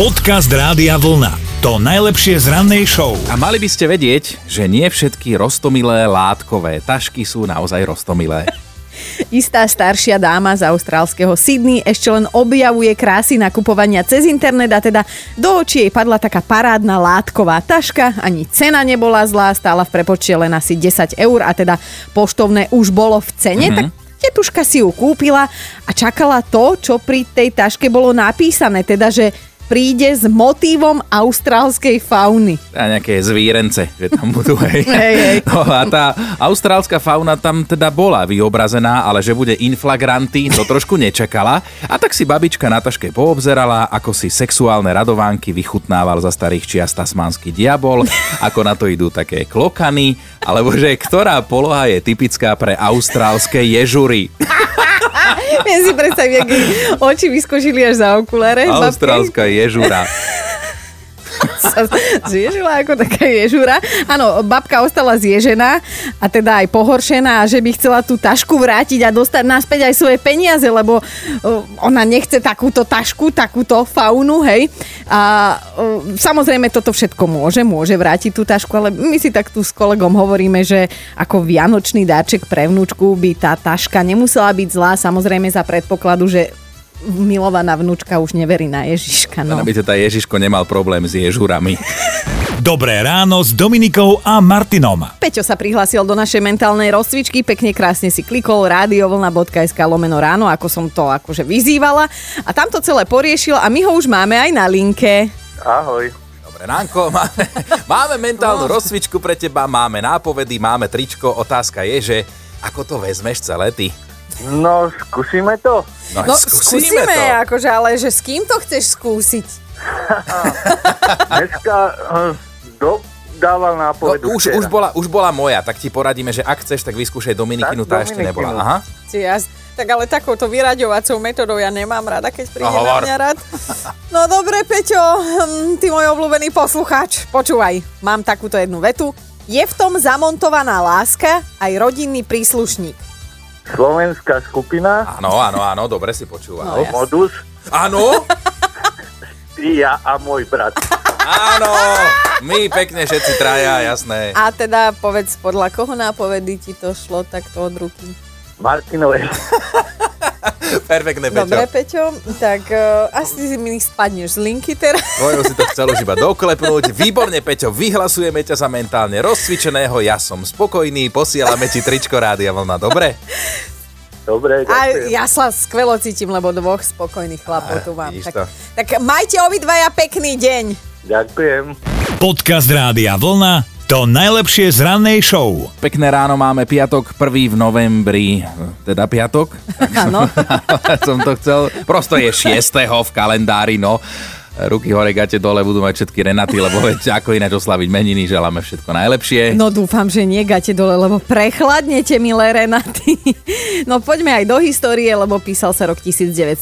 Podcast Rádia Vlna. To najlepšie z rannej show. A mali by ste vedieť, že nie všetky rostomilé látkové tašky sú naozaj rostomilé. Istá staršia dáma z austrálskeho Sydney ešte len objavuje krásy nakupovania cez internet a teda do očí jej padla taká parádna látková taška, ani cena nebola zlá, stála v prepočte len asi 10 eur a teda poštovné už bolo v cene, mm-hmm. tak tetuška si ju kúpila a čakala to, čo pri tej taške bolo napísané, teda že príde s motívom austrálskej fauny. A nejaké zvírence, že tam budú, hej. Hej, hej. No a tá austrálska fauna tam teda bola vyobrazená, ale že bude inflagranty, to trošku nečakala. A tak si babička na taške poobzerala, ako si sexuálne radovánky vychutnával za starých čias tasmánsky diabol, ako na to idú také klokany, alebo že ktorá poloha je typická pre austrálske ježury. Viem si predstaviť, ak jej oči vyskočili až za okuláre. babke. Austrálska ježura. sa zježila ako taká ježura. Áno, babka ostala zježená a teda aj pohoršená, že by chcela tú tašku vrátiť a dostať naspäť aj svoje peniaze, lebo uh, ona nechce takúto tašku, takúto faunu, hej. A uh, samozrejme toto všetko môže, môže vrátiť tú tašku, ale my si tak tu s kolegom hovoríme, že ako vianočný dáček pre vnúčku by tá taška nemusela byť zlá, samozrejme za predpokladu, že milovaná vnúčka už neverí na Ježiška. No. Aby teda Ježiško nemal problém s ježurami. Dobré ráno s Dominikou a Martinom. Peťo sa prihlásil do našej mentálnej rozcvičky, pekne krásne si klikol radiovlna.sk lomeno ráno, ako som to akože vyzývala a tam to celé poriešil a my ho už máme aj na linke. Ahoj. Dobre, Ránko, máme, máme mentálnu rozcvičku pre teba, máme nápovedy, máme tričko. Otázka je, že ako to vezmeš celé ty? No, skúsime to. No skúsime, akože, ale že s kým to chceš skúsiť? Dneska eh, do, dával nápovedu No, už, včera. už, bola, už bola moja, tak ti poradíme, že ak chceš, tak vyskúšaj Dominikinu, Tak tá ešte nebola. Dominikinu. Aha. Ty, ja, tak ale takouto vyraďovacou metodou ja nemám rada, keď príde No, hovor. na mňa rad. No dobre, Peťo, hm, ty môj obľúbený poslucháč, počúvaj, mám takúto jednu vetu. Je v tom zamontovaná láska aj rodinný príslušník. Slovenská skupina, Áno, áno, áno, dobre si počúval. No, ja. modus, Áno, ty, ja a môj brat. áno, my pekne všetci traja, jasné. A teda povedz, podľa koho nápovedy ti to šlo takto od ruky? Martinové. Perfektné, Dobre, Peťo. Peťo, tak uh, asi mi spadneš z linky teraz. Tvojou si to chcel už iba doklepnúť. Výborne, Peťo, vyhlasujeme ťa za mentálne rozcvičeného. Ja som spokojný, posielame ti tričko Rádia Vlna, dobre? Dobre, A ďakujem. ja sa skvelo cítim, lebo dvoch spokojných chlapov Á, tu mám. vidíš to. Tak, tak majte obidvaja pekný deň. Ďakujem. Podcast Rádia Vlna. To najlepšie z rannej show. Pekné ráno, máme piatok, 1. v novembri, teda piatok. Áno. som to chcel. Prosto je 6. v kalendári, no. Ruky hore, gate dole, budú mať všetky Renaty, lebo veď ako ináč oslaviť meniny, želáme všetko najlepšie. No dúfam, že negate dole, lebo prechladnete, milé Renaty. No poďme aj do histórie, lebo písal sa rok 1918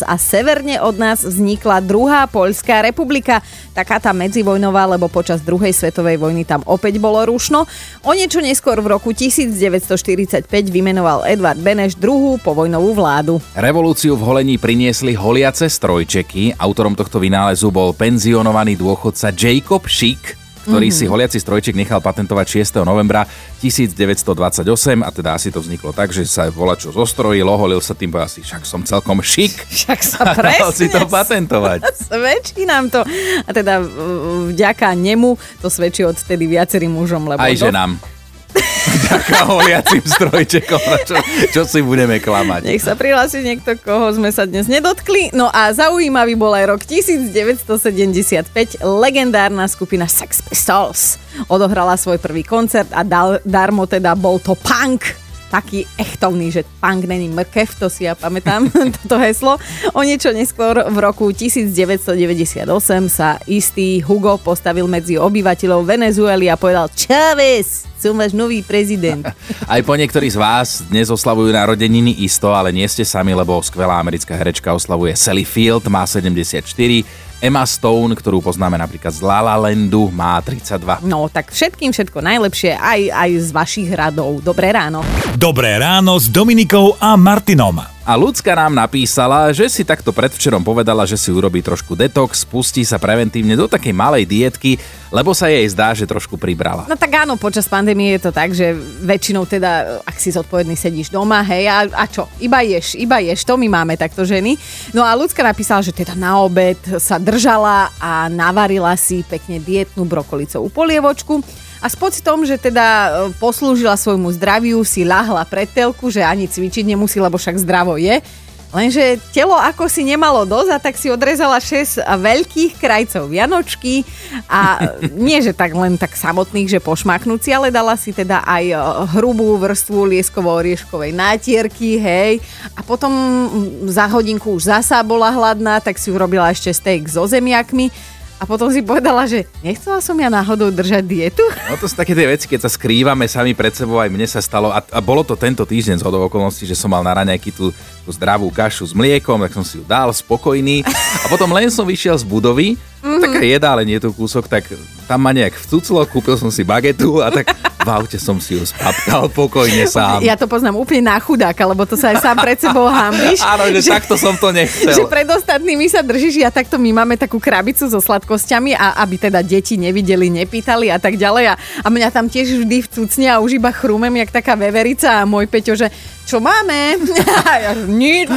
a severne od nás vznikla druhá Poľská republika. Taká tá medzivojnová, lebo počas druhej svetovej vojny tam opäť bolo rušno. O niečo neskôr v roku 1945 vymenoval Edvard Beneš druhú povojnovú vládu. Revolúciu v holení priniesli holiace strojčeky. Autorom tohto vynálezu bol penzionovaný dôchodca Jacob Schick, ktorý mm-hmm. si holiaci strojček nechal patentovať 6. novembra 1928 a teda asi to vzniklo tak, že sa volačo zostrojil, oholil sa tým, bo asi však som celkom šik. Však sa Dal si to presne patentovať. Svedčí nám to. A teda v- vďaka nemu to svedčí odtedy viacerým mužom, lebo Aj do- ženám. Ďaká holiacim strojčekom, no čo, čo si budeme klamať. Nech sa prihlási niekto, koho sme sa dnes nedotkli. No a zaujímavý bol aj rok 1975. Legendárna skupina Sex Pistols odohrala svoj prvý koncert a dal, darmo teda bol to punk taký echtovný, že punk není mrkev, to si ja pamätám, toto heslo. O niečo neskôr v roku 1998 sa istý Hugo postavil medzi obyvateľov Venezuely a povedal Chávez, som váš nový prezident. Aj po niektorí z vás dnes oslavujú narodeniny isto, ale nie ste sami, lebo skvelá americká herečka oslavuje Sally Field, má 74, Emma Stone, ktorú poznáme napríklad z La La Landu, má 32. No, tak všetkým všetko najlepšie, aj, aj z vašich radov. Dobré ráno. Dobré ráno s Dominikou a Martinom. A Lucka nám napísala, že si takto predvčerom povedala, že si urobí trošku detox, spustí sa preventívne do takej malej dietky, lebo sa jej zdá, že trošku pribrala. No tak áno, počas pandémie je to tak, že väčšinou teda, ak si zodpovedný, sedíš doma, hej, a, a čo? Iba ješ, iba ješ, to my máme takto ženy. No a ľudská napísala, že teda na obed sa držala a navarila si pekne dietnú brokolicovú polievočku a s pocitom, že teda e, poslúžila svojmu zdraviu, si ľahla pred telku, že ani cvičiť nemusí, lebo však zdravo je. Lenže telo ako si nemalo dosť a tak si odrezala 6 veľkých krajcov Vianočky a nie, že tak len tak samotných, že pošmaknúci, ale dala si teda aj e, hrubú vrstvu lieskovo-orieškovej nátierky, hej. A potom mm, za hodinku už zasa bola hladná, tak si urobila ešte steak so zemiakmi a potom si povedala, že nechcela som ja náhodou držať dietu. No to sú také tie veci, keď sa skrývame sami pred sebou, aj mne sa stalo, a, a bolo to tento týždeň z hodou okolností, že som mal na raňajky tú, tú zdravú kašu s mliekom, tak som si ju dal, spokojný. A potom len som vyšiel z budovy, Mhm. mm-hmm. taká jeda, ale nie je tu kúsok, tak tam ma nejak vcuclo, kúpil som si bagetu a tak v aute som si ju spapkal pokojne sám. Ja to poznám úplne na chudáka, lebo to sa aj sám pred sebou hambíš. Áno, že, takto som to nechcel. Že pred ostatnými sa držíš, ja takto my máme takú krabicu so sladkosťami a aby teda deti nevideli, nepýtali a tak ďalej. A, a mňa tam tiež vždy vcucne a už iba chrúmem, jak taká veverica a môj Peťo, že čo máme? A ja, že nič.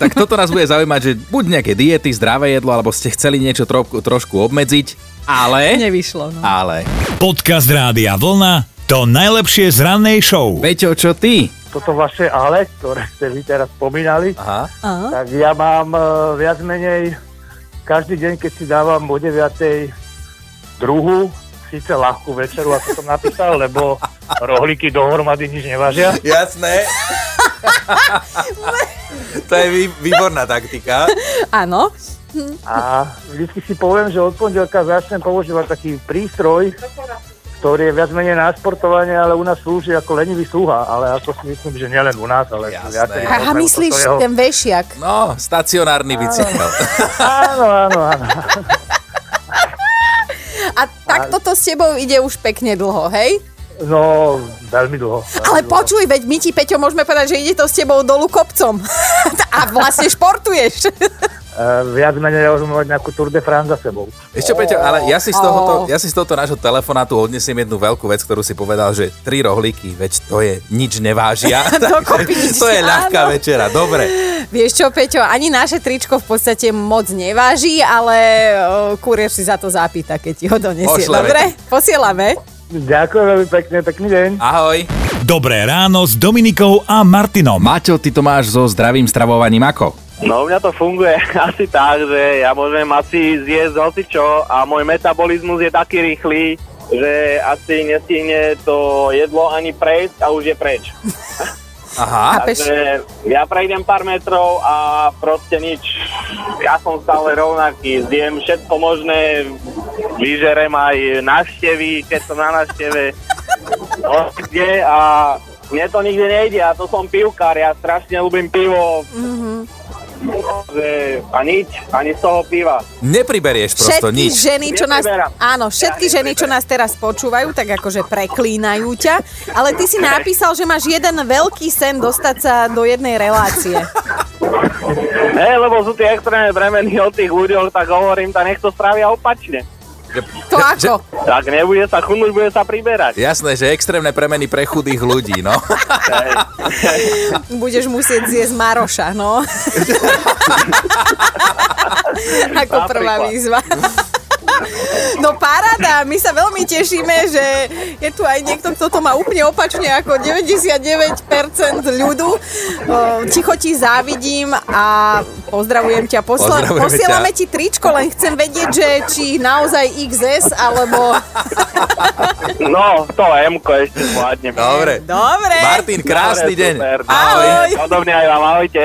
Tak toto nás bude zaujímať, že buď nejaké diety, zdravé jedlo, alebo ste chceli niečo trošku, trošku obmedziť, ale... Nevyšlo. No. Ale... Podcast Rádia Vlna to najlepšie z rannej show. Peťo, čo ty? Toto vaše ale, ktoré ste vy teraz spomínali, Aha. Aha. tak ja mám e, viac menej každý deň, keď si dávam o 9. druhu, síce ľahkú večeru, ako som napísal, lebo rohlíky dohromady nič nevážia. Jasné. to je vý, výborná taktika. Áno. A vždycky si poviem, že od pondelka začnem používať taký prístroj, ktorý je viac menej na športovanie, ale u nás slúži ako lenivý sluha, ale ako si myslím, že nielen u nás, ale Jasné. viacerí Aha, poznajú myslíš toto jeho- ten vešiak? No, stacionárny bicykel. Áno, áno, áno. A takto to s tebou ide už pekne dlho, hej? No, veľmi dlho. E, veľmi Ale dlho. počuj, veď my ti, Peťo, môžeme povedať, že ide to s tebou dolu kopcom. A vlastne športuješ. E, viac menej ja už mám mať nejakú Tour de France za sebou. Ešte, Peťo, ale ja si, z Ó. tohoto, ja si z tohoto nášho telefonátu odnesiem jednu veľkú vec, ktorú si povedal, že tri rohlíky, veď to je, nič nevážia. Dokopy nič, to je ľahká áno. večera, dobre. Vieš čo, Peťo, ani naše tričko v podstate moc neváži, ale e, kurier si za to zapýta, keď ti ho donesie. Pošleme Dobre? Posielame. Ďakujem veľmi pekne, pekný deň. Ahoj. Dobré ráno s Dominikou a Martinom. Maťo, ty to máš so zdravým stravovaním ako? No u mňa to funguje asi tak, že ja môžem asi zjesť hocičo a môj metabolizmus je taký rýchly, že asi nestihne to jedlo ani prejsť a už je preč. Aha. Chápeš? Takže ja prejdem pár metrov a proste nič. Ja som stále rovnaký, zjem všetko možné, vyžerem aj návštevy, keď som na návšteve. No, kde a mne to nikdy nejde, ja to som pivkár, ja strašne ľúbim pivo. Že- A nič, ani z toho piva. Nepriberieš prosto Všetky nič. ženy, čo nás, Nepriberám. áno, všetky Ja ženy, čo nás teraz počúvajú, tak akože preklínajú ťa, ale ty si napísal, že máš jeden veľký sen dostať sa do jednej relácie. Ne, lebo sú tie extrémne bremeny o tých ľuďoch, tak hovorím, tak nech to spravia opačne. To ako? Tak nebude sa chudnúť, bude sa priberať. Jasné, že extrémne premeny pre chudých ľudí, no. Budeš musieť zjesť Maroša, no. Ako Napríklad. prvá výzva. No paráda, my sa veľmi tešíme, že je tu aj niekto, kto to má úplne opačne ako 99% ľudu. O, Ticho ti závidím a pozdravujem ťa. Posla- Pozdravujeme posielame ťa. ti tričko, len chcem vedieť, že či naozaj XS alebo... No, to M-ko ešte zvládnem. Dobre. Dobre. Martin, krásny deň. Dobre, super. Ahoj. Podobne aj vám, ahojte.